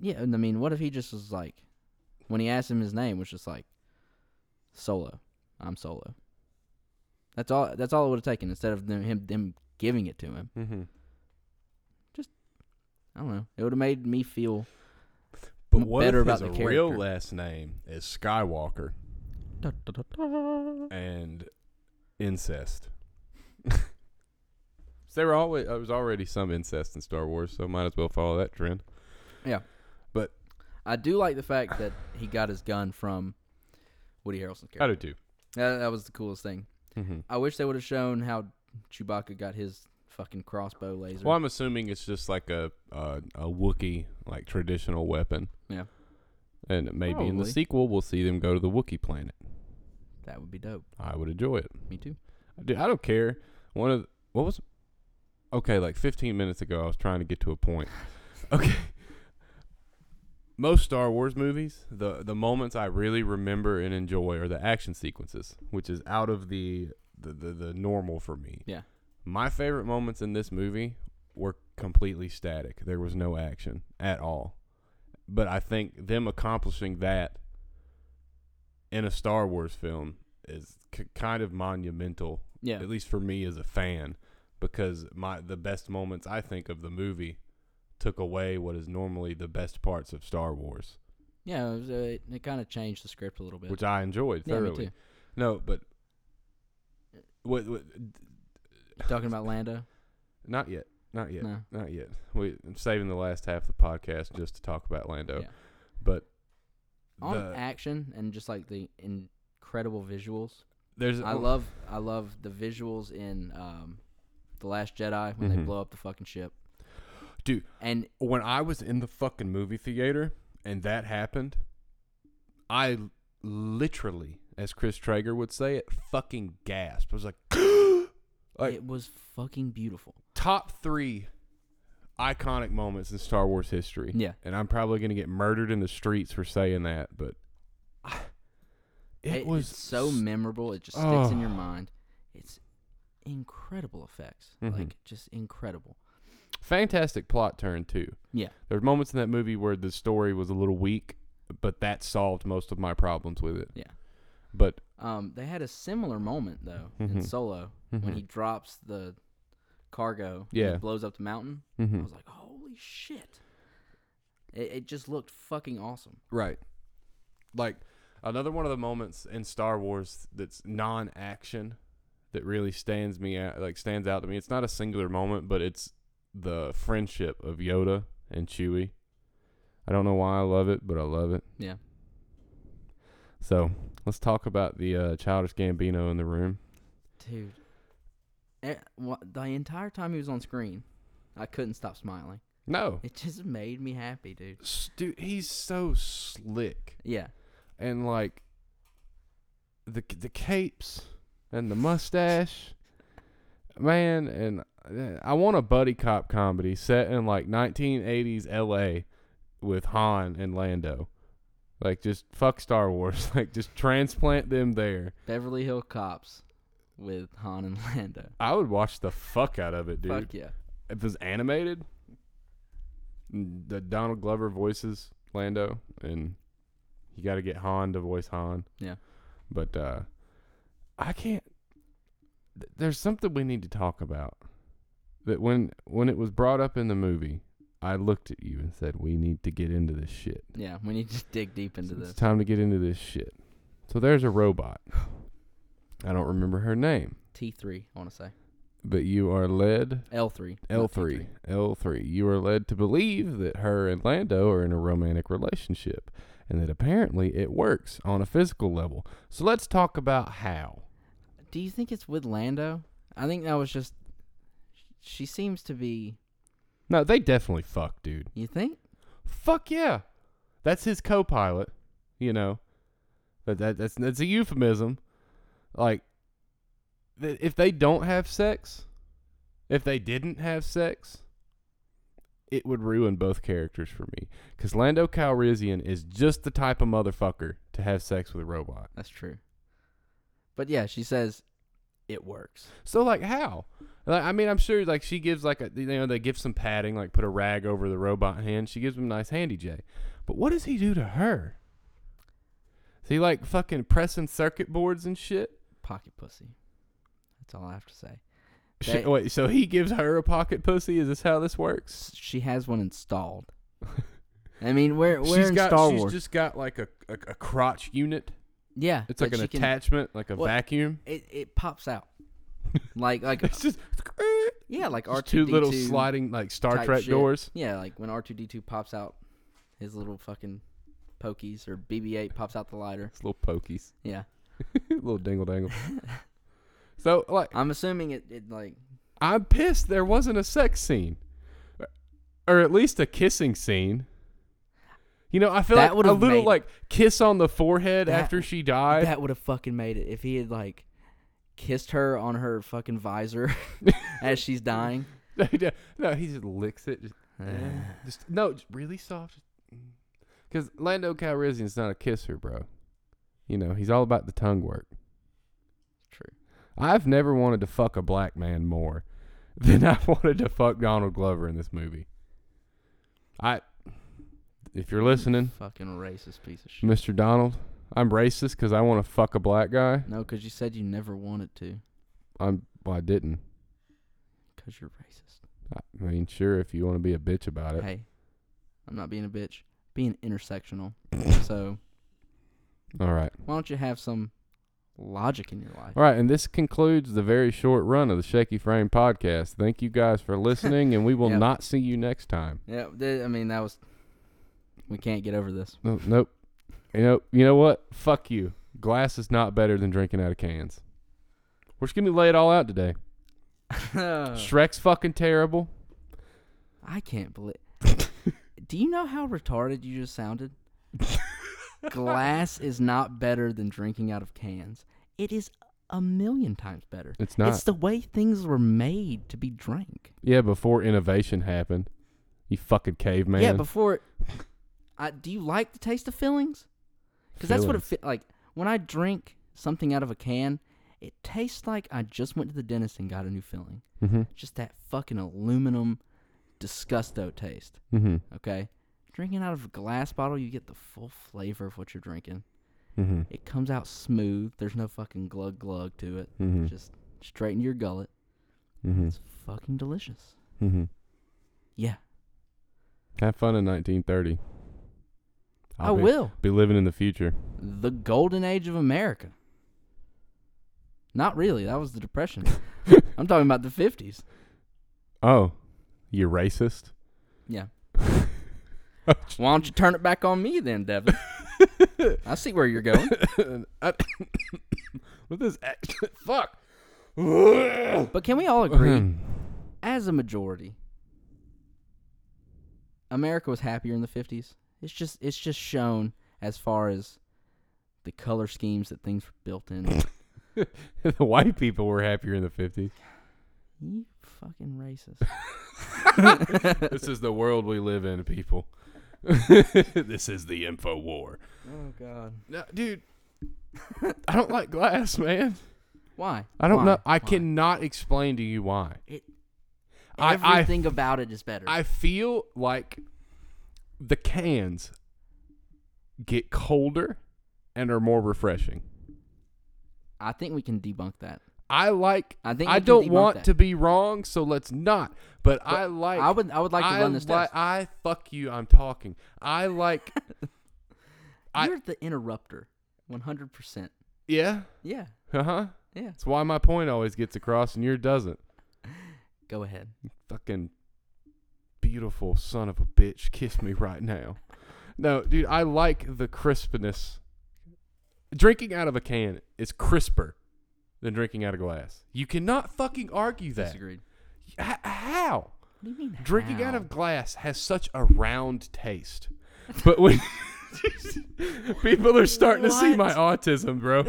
S1: Yeah, and I mean, what if he just was like, when he asked him his name, was just like, Solo. I'm Solo. That's all. That's all it would have taken instead of them, him them giving it to him.
S2: Mm-hmm.
S1: I don't know. It would have made me feel.
S2: But what
S1: better
S2: if
S1: about
S2: his
S1: the
S2: real
S1: character.
S2: last name is Skywalker and incest? 'Cause there were always there was already some incest in Star Wars, so might as well follow that trend.
S1: I do like the fact that he got his gun from Woody Harrelson's
S2: I
S1: character.
S2: do too.
S1: That, that was the coolest thing.
S2: Mm-hmm.
S1: I wish they would have shown how Chewbacca got his fucking crossbow laser.
S2: Well, I'm assuming it's just like a uh, a Wookiee like traditional weapon.
S1: Yeah.
S2: And maybe in the
S1: Probably.
S2: sequel we'll see them go to the Wookiee planet.
S1: That would be dope.
S2: I would enjoy it.
S1: Me too.
S2: Dude, I don't care. One of the, what was okay, like 15 minutes ago, I was trying to get to a point. Okay. Most Star Wars movies, the the moments I really remember and enjoy are the action sequences, which is out of the the, the, the normal for me.
S1: Yeah.
S2: My favorite moments in this movie were completely static. There was no action at all. But I think them accomplishing that in a Star Wars film is c- kind of monumental
S1: Yeah.
S2: at least for me as a fan, because my the best moments I think of the movie took away what is normally the best parts of Star Wars,
S1: Yeah. It, was, uh, it, it kind of changed the script a little bit.
S2: which I enjoyed
S1: yeah,
S2: thoroughly.
S1: me too.
S2: No, but what, what?
S1: Talking about Lando?
S2: Not yet. Not yet.
S1: No.
S2: Not yet. We, I'm saving the last half of the podcast just to talk about Lando,
S1: Yeah.
S2: but.
S1: On
S2: the-
S1: action and just like the incredible visuals.
S2: there's
S1: I love I love the visuals in um The Last Jedi when they
S2: Mhm.
S1: blow up the fucking ship.
S2: Dude.
S1: And
S2: when I was in the fucking movie theater and that happened, I l- literally, as Chris Traeger would say it, fucking gasped. I was like, like
S1: it was fucking beautiful.
S2: top three iconic moments in Star Wars history.
S1: Yeah.
S2: And I'm probably gonna get murdered in the streets for saying that, but it, was
S1: it's so
S2: s-
S1: memorable. It just sticks in your
S2: Oh.
S1: mind. It's incredible effects.
S2: Mhm.
S1: Like just incredible.
S2: fantastic plot turn too.
S1: Yeah.
S2: There's moments in that movie where the story was a little weak, but that solved most of my problems with it.
S1: Yeah.
S2: But
S1: Um they had a similar moment though in
S2: Mhm.
S1: Solo when he drops the cargo and
S2: Yeah.
S1: it blows up the mountain. I
S2: Mhm.
S1: was like, holy shit. It, it just looked fucking awesome.
S2: Right. Like another one of the moments in Star Wars that's non-action that really stands me out, like stands out to me. It's not a singular moment, but it's the friendship of Yoda and Chewie. I don't know why I love it, but I love it.
S1: Yeah.
S2: So let's talk about the uh, childish Gambino in the room.
S1: Dude. Eh, wha- The entire time he was on screen, I couldn't stop smiling.
S2: No,
S1: It just made me happy, dude.
S2: S- dude, he's so slick
S1: Yeah.
S2: and like the the capes and the mustache, man. And uh, I want a buddy cop comedy set in like 1980s L.A. with Han and Lando. Like just fuck Star Wars. Like just transplant them there.
S1: Beverly Hill Cops with Han and Lando.
S2: I would watch the fuck out of it, dude.
S1: Fuck yeah.
S2: If it was animated, the Donald Glover voices Lando, and you got to get Han to voice Han.
S1: Yeah.
S2: But uh, I can't. th- There's something we need to talk about. That when when it was brought up in the movie, I looked at you and said, "We need to get into this shit.
S1: Yeah, we need to dig deep into
S2: it's
S1: this.
S2: time to get into this shit." So there's a robot. I don't remember her name,
S1: T three, I want to say
S2: but you are led
S1: L E three.
S2: L three, L three. You are led to believe that her and Lando are in a romantic relationship, and that apparently it works on a physical level. So let's talk about how.
S1: Do you think it's with Lando? I think that was just. She seems to be.
S2: No, they definitely fuck, dude.
S1: You think?
S2: Fuck yeah, that's his co-pilot. You know, that, that that's that's a euphemism. Like, th- if they don't have sex, if they didn't have sex, it would ruin both characters for me. Because Lando Calrissian is just the type of motherfucker to have sex with a robot.
S1: That's true. But yeah, she says it works.
S2: So like how? Like, I mean, I'm sure like she gives like a you know they give some padding like put a rag over the robot hand. She gives him a nice handy J. But what does he do to her? Is he like fucking pressing circuit boards and shit?
S1: Pocket pussy. That's all I have to say.
S2: She-
S1: They-
S2: wait, so he gives her a pocket pussy? Is this how this works?
S1: S- She has one installed. I mean, where where
S2: she's
S1: in
S2: got
S1: Star
S2: she's
S1: Wars?
S2: just got like a, a, a crotch unit.
S1: yeah,
S2: It's like
S1: that
S2: an
S1: she can-
S2: attachment, like a
S1: Well,
S2: vacuum.
S1: It it pops out. like like
S2: It's just
S1: yeah, like R
S2: just two
S1: two
S2: little sliding like Star
S1: type
S2: Trek
S1: shit.
S2: doors.
S1: Yeah, like when R two D two pops out his little fucking pokies or BB eight pops out the lighter.
S2: It's little pokies,
S1: Yeah,
S2: little dingle dangle. so like
S1: I'm assuming it, it like
S2: I'm pissed there wasn't a sex scene, or at least a kissing scene. You know, I feel
S1: That
S2: like a
S1: would've
S2: little
S1: made-
S2: like kiss on the forehead
S1: That-
S2: after she died.
S1: that would have fucking made it if he had like kissed her on her fucking visor as she's dying.
S2: no, he just licks it. Just, eh, just- no, just really soft. Because Lando Calrissian's not a kisser, bro. You know, he's all about the tongue work.
S1: True.
S2: I've never wanted to fuck a black man more than I wanted to fuck Donald Glover in this movie. I, if you're listening,
S1: Fucking racist piece of shit.
S2: Mr. Donald, I'm racist because I want to fuck a black guy.
S1: No, because you said you never wanted to.
S2: I'm, well, I didn't.
S1: Because you're racist.
S2: I mean, sure, if you want to be a bitch about it.
S1: Hey, I'm not being a bitch. Being intersectional. so
S2: All right.
S1: why don't you have some logic in your life?
S2: All right. And this concludes the very short run of the Shaky Frame podcast. Thank you guys for listening, and we will
S1: Yep.
S2: not see you next time.
S1: Yeah, th- I mean that was. We can't get over this.
S2: No, nope. You know, you know what? Fuck you. Glass is not better than drinking out of cans. We're just going to lay it all out today.
S1: Oh.
S2: Shrek's fucking terrible.
S1: I can't believe. Do you know how retarded you just sounded? Glass is not better than drinking out of cans. It is a million times better.
S2: It's not.
S1: It's the way things were made to be drank.
S2: yeah, before innovation happened. You fucking caveman.
S1: Yeah, before. I, do you like the taste of fillings? Because that's what it
S2: Feelings.
S1: fe- like. When I drink something out of a can, it tastes like I just went to the dentist and got a new filling.
S2: Mhm.
S1: Just that fucking aluminum, disgusto taste.
S2: Mhm.
S1: Okay, drinking out of a glass bottle, you get the full flavor of what you're drinking.
S2: Mhm.
S1: It comes out smooth. There's no fucking glug glug to it.
S2: Mhm.
S1: Just straight into your gullet.
S2: Mhm.
S1: It's fucking delicious.
S2: Mm-hmm.
S1: Yeah,
S2: Have fun in 1930.
S1: i
S2: be,
S1: will.
S2: be living in the future.
S1: the golden age of America. Not really. That was the Depression. I'm talking about the 50s.
S2: Oh, you racist?
S1: Yeah. Why don't you turn it back on me then, Devin? I see where you're going.
S2: With this accent, fuck.
S1: But can we all
S2: Hmm.
S1: agree, as a majority, America was happier in the 50s? It's just it's just shown as far as the color schemes that things were built in.
S2: the white people were happier in the 50s.
S1: you fucking racist.
S2: this is the world we live in, people. this is the info war.
S1: Oh god.
S2: No, dude, I don't like glass, man.
S1: Why?
S2: I don't
S1: Why?
S2: know. I
S1: Why?
S2: cannot explain to you why.
S1: It-
S2: I, I
S1: Everything about it is better.
S2: I feel like the cans get colder and are more refreshing.
S1: I think we can debunk that.
S2: I like.
S1: I think
S2: I
S1: we can
S2: don't
S1: debunk
S2: want
S1: that.
S2: to be wrong, so let's not. But, I like.
S1: I would I would like to
S2: I
S1: run this
S2: li-
S1: test.
S2: I fuck you. I'm talking. I like. I-
S1: You're the interrupter, one hundred percent.
S2: yeah.
S1: Yeah,
S2: Uh huh.
S1: yeah.
S2: That's why my point always gets across and yours doesn't.
S1: Go ahead.
S2: Fucking beautiful son of a bitch, kiss me right now. No, dude, I like the crispness. Drinking out of a can is crisper than drinking out of glass. You cannot fucking argue that.
S1: Disagreed.
S2: H- how?
S1: What do you mean?
S2: Drinking out
S1: how?
S2: of glass has such a round taste. But when people are starting to see my autism, bro.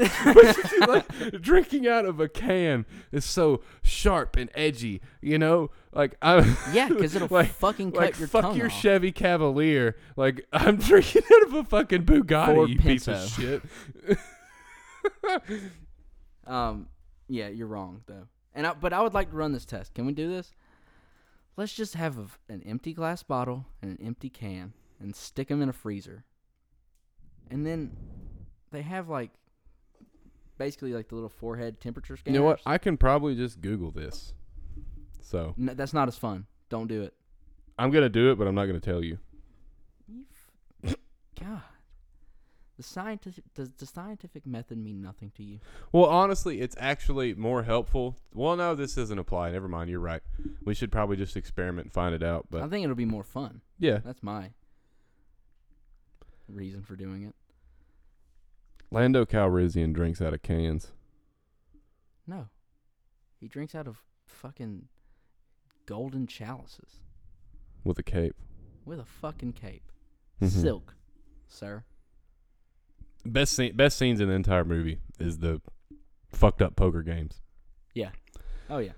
S2: Like, drinking out of a can is so sharp and edgy, you know? Like I
S1: Yeah, 'cause it'll
S2: like,
S1: fucking cut
S2: like,
S1: your
S2: fuck
S1: tongue
S2: your
S1: off.
S2: Chevy Cavalier. Like I'm drinking out of a fucking Bugatti,
S1: Ford
S2: you piece of
S1: Pinto.
S2: shit.
S1: Um, yeah, you're wrong though. And I, but I would like to run this test. Can we do this? Let's just have a, an empty glass bottle and an empty can and stick them in a freezer. And then they have like basically like the little forehead temperature
S2: You
S1: scanners.
S2: know what? I can probably just Google this. So
S1: No, that's not as fun. Don't do it.
S2: I'm gonna do it, but I'm not gonna tell you.
S1: You f- God. The scientific does the scientific method mean nothing to you?
S2: Well, honestly, it's actually more helpful. Well, no, this doesn't apply. Never mind. You're right. We should probably just experiment and find it
S1: I
S2: out. But
S1: think it'll be more fun.
S2: yeah,
S1: That's my reason for doing it.
S2: Lando Calrissian drinks out of cans.
S1: No. He drinks out of fucking golden chalices
S2: with a cape.
S1: with a fucking cape.
S2: Mhm.
S1: Silk, sir.
S2: Best scene, best scenes in the entire movie is the fucked up poker games.
S1: Oh yeah.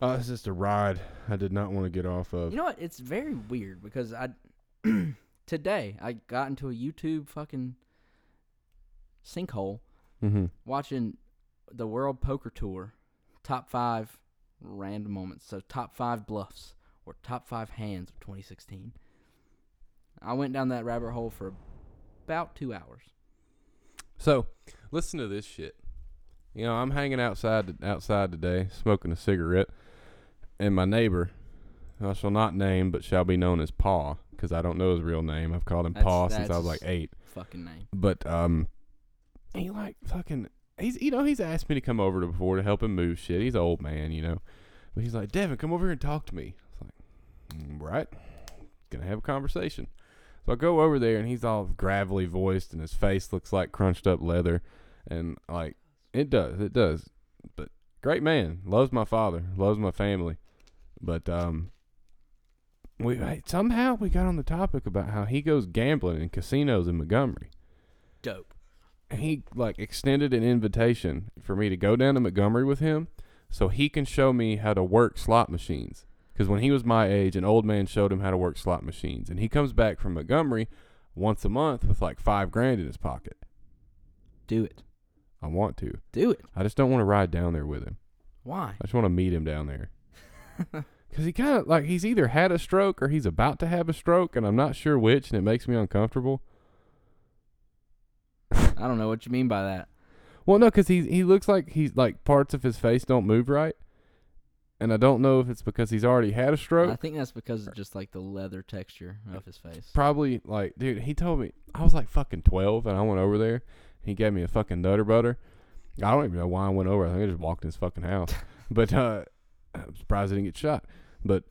S2: Uh, it's just a ride I did not want to get off of.
S1: You know what? It's very weird because I today I got into a YouTube fucking sinkhole
S2: mm-hmm.
S1: watching the World Poker Tour top 5 random moments. So top 5 bluffs or top 5 hands of 2016. I went down that rabbit hole for about 2 hours.
S2: So, listen to this shit. You know, I'm hanging outside outside today, smoking a cigarette, and my neighbor, who I shall not name, but shall be known as Paw, because I don't know his real name. I've called him
S1: That's-
S2: Paw since I
S1: that's-
S2: was like eight.
S1: Fucking name.
S2: But um, he like fucking. He's you know he's asked me to come over to before to help him move shit. He's an old man, you know. But he's like, Devin, come over here and talk to me. I was like, "Mm, right, gonna have a conversation. So I go over there and he's all gravelly voiced and his face looks like crunched up leather, and like it does, it does. But great man, loves my father, loves my family. But um, we somehow we got on the topic about how he goes gambling in casinos in Montgomery
S1: Dope.
S2: he like extended an invitation for me to go down to Montgomery with him so he can show me how to work slot machines. Because when he was my age, an old man showed him how to work slot machines. And he comes back from Montgomery once a month with like five grand in his pocket.
S1: Do it.
S2: I want to.
S1: Do it.
S2: I just don't want to ride down there with him.
S1: Why?
S2: I just want to meet him down there. Because he kind of like, he's either had a stroke or he's about to have a stroke, and I'm not sure which, and it makes me uncomfortable.
S1: I don't know what you mean by that.
S2: Well, no, because he he looks like he's like parts of his face don't move right, and I don't know if it's because he's already had a
S1: I
S2: stroke.
S1: think that's because of just like the leather texture of his face.
S2: Probably like, dude, he told me I was like fucking twelve, and I went over there. He gave me a fucking nutter butter. I don't even know why I went over. I think I just walked in his fucking house. but uh, I'm surprised I didn't get shot. But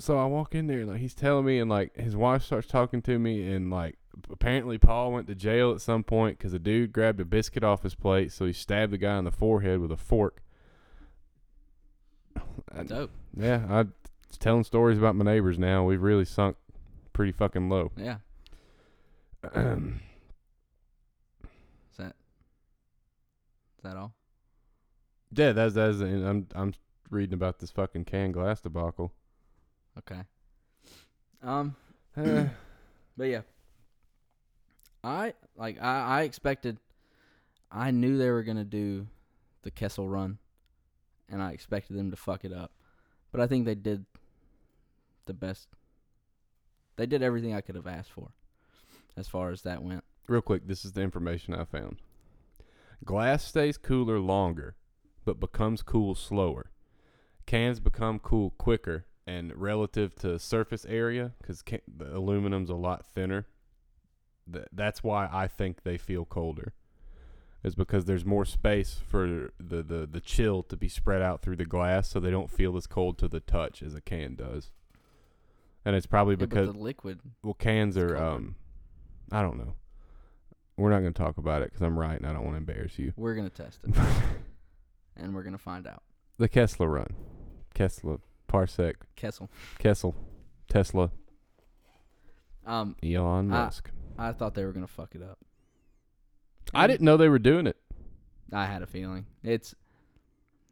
S2: so I walk in there, like he's telling me, and like his wife starts talking to me, and like apparently Paul went to jail at some point because a dude grabbed a biscuit off his plate, so he stabbed the guy in the forehead with a fork. I-
S1: Dope.
S2: yeah, I'm telling stories about my neighbors now. We've really sunk pretty fucking low.
S1: Yeah.
S2: yeah,
S1: Is that? Is that all?
S2: that's that's. And I'm I'm reading about this fucking canned glass debacle.
S1: Okay. Um.
S2: Eh,
S1: But yeah. I like I I expected. I knew they were gonna do the Kessel Run, and I expected them to fuck it up, but I think they did the best They did everything I could have asked for, as far as that went.
S2: Real quick, this is the information I found. Glass stays cooler longer, but becomes cool slower. Cans become cool quicker, and relative to surface area, because ca- the aluminum's a lot thinner. Th- that's why I think they feel colder. Is because there's more space for the, the, the chill to be spread out through the glass, so they don't feel as cold to the touch as a can does. And it's probably
S1: Yeah, but
S2: because
S1: the liquid,
S2: well, cans are.
S1: colder.
S2: Um, I don't know. We're not going to talk about it because I'm right and I don't want to embarrass you.
S1: we're gonna test it, and we're gonna find out.
S2: the Kessler run, Kessler Parsec,
S1: Kessel.
S2: Kessel, Tesla,
S1: Um,
S2: Elon
S1: Uh,
S2: Musk.
S1: I thought they were gonna fuck it up.
S2: I didn't know they were doing it.
S1: I had a feeling. It's,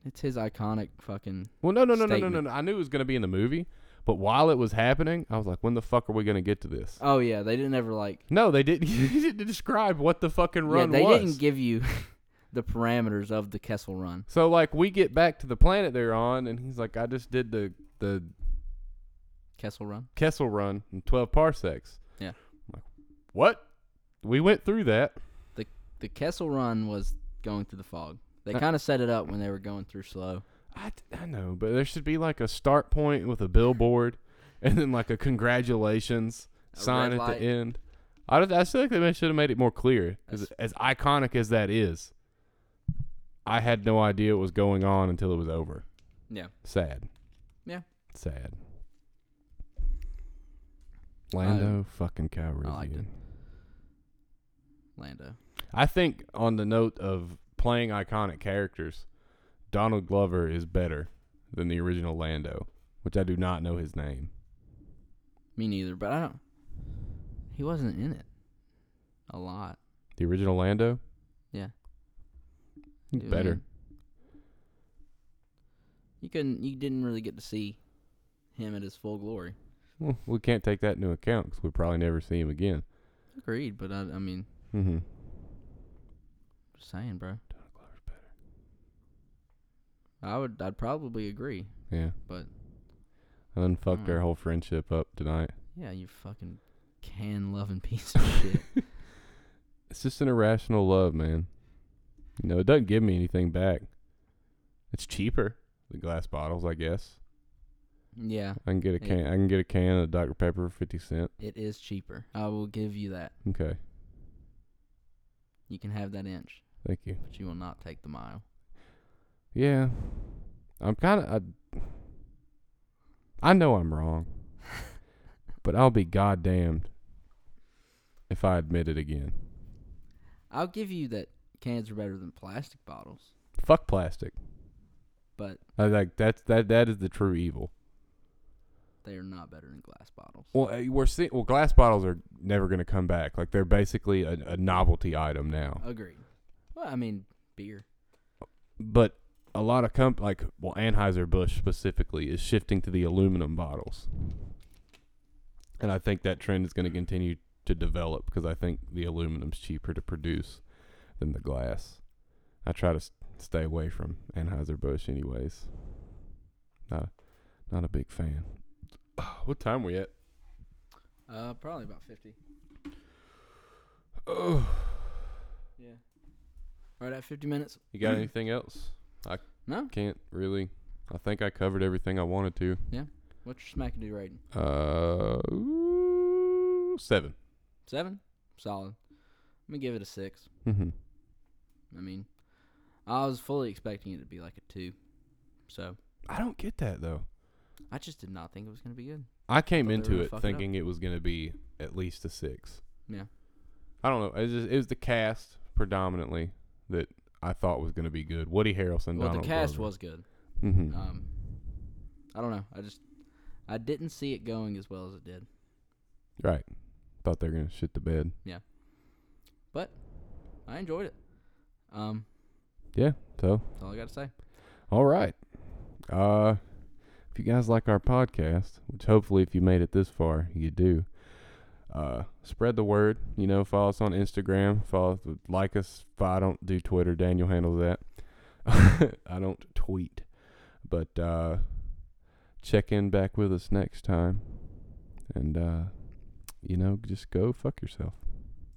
S1: it's his iconic fucking.
S2: Well, no, no, no, no, no, no,
S1: Statement.
S2: no. I knew it was going to be in the movie, but while it was happening, I was like, when the fuck are we going to get to this?
S1: Oh yeah, they didn't ever like.
S2: No, they didn't, you didn't describe what the fucking
S1: Yeah,
S2: run
S1: they
S2: was.
S1: didn't give you the parameters of the Kessel run.
S2: so like we get back to the planet they're on, and he's like, I just did the the
S1: Kessel run.
S2: Kessel run in 12 parsecs.
S1: Yeah.
S2: I'm like, what? We went through that.
S1: The Kessel run was going through the fog. They
S2: Huh.
S1: kind of set it up when they were going through slow.
S2: I, I know, but there should be like a start point with a billboard and then like a congratulations
S1: A
S2: sign
S1: red
S2: at
S1: light.
S2: the end. I, don't- I still think they should have made it more clear. 'cause as iconic as that is, I had no idea what was going on until it was over.
S1: Yeah.
S2: Sad.
S1: Yeah.
S2: Sad. Lando fucking Calrissian.
S1: I liked it. Lando.
S2: I think on the note of playing iconic characters, Donald Glover is better than the original Lando, which I do not know his name.
S1: Me neither, but I don't. He wasn't in it a lot.
S2: The original Lando?
S1: Yeah.
S2: He's
S1: It was
S2: better.
S1: in- You couldn't. You didn't really get to see him at his full glory.
S2: Well, Hmm, we can't take that into account because we'll probably never see him again.
S1: Agreed, but I, I mean,
S2: Mm-hmm.
S1: just saying, bro. I would. I'd probably agree,
S2: Yeah.
S1: but
S2: I done fucked
S1: Mm.
S2: our whole friendship up tonight.
S1: yeah, you fucking can loving piece of shit.
S2: It's just an irrational love, man. You know, it doesn't give me anything back. It's cheaper than glass bottles, I guess.
S1: Yeah,
S2: I can get a
S1: Yeah.
S2: can. I can get a can of Dr Pepper for fifty cent.
S1: it is cheaper. I will give you that.
S2: Okay,
S1: You can have that inch,
S2: thank you.
S1: but you will not take the mile.
S2: Yeah. I'm kind of. I, I know I'm wrong. but I'll be goddamned if I admit it again.
S1: I'll give you that cans are better than plastic bottles,
S2: Fuck plastic.
S1: but
S2: I, like that's that that is the true evil.
S1: they are not better than glass bottles.
S2: Well, uh, we're see- well glass bottles are never going to come back. Like they're basically a, a novelty item now.
S1: Agreed. Well, I mean, beer.
S2: But a lot of comp like well Anheuser Busch specifically is shifting to the aluminum bottles. And I think that trend is going to continue to develop because I think the aluminum's cheaper to produce than the glass. I try to s- stay away from Anheuser Busch, anyways. Not, not a big fan. What time we at?
S1: Uh, probably about fifty. Yeah. Right at fifty minutes.
S2: You got anything else?
S1: No.
S2: Can't really. I think I covered everything I wanted to.
S1: What's your smack and do rating?
S2: Uh, ooh, seven.
S1: Seven. Solid. Let me give it a six.
S2: Mm-hmm.
S1: I mean, I was fully expecting it to be like a two, so
S2: I don't get that though.
S1: I just did not think it was gonna be good.
S2: I came
S1: Thought they were
S2: into
S1: gonna
S2: it
S1: fuck it up.
S2: thinking it, was gonna be at least a six.
S1: Yeah.
S2: I don't know. It was, just, it was the cast predominantly that I thought was gonna be good. Woody Harrelson.
S1: well,
S2: Donald
S1: the cast
S2: Glover.
S1: was good.
S2: Mm-hmm.
S1: Um, I don't know. I just I didn't see it going as well as it did.
S2: right. Thought they were gonna shit the bed.
S1: I enjoyed it. Um,
S2: Yeah. So
S1: that's all I gotta say.
S2: All right. Uh, if you guys like our podcast, which hopefully if you made it this far, you do, uh, spread the word. You know, follow us on Instagram. Follow, like us. If I don't do Twitter. Daniel handles that. I don't tweet, but uh, check in back with us next time, and uh, you know, just go fuck yourself.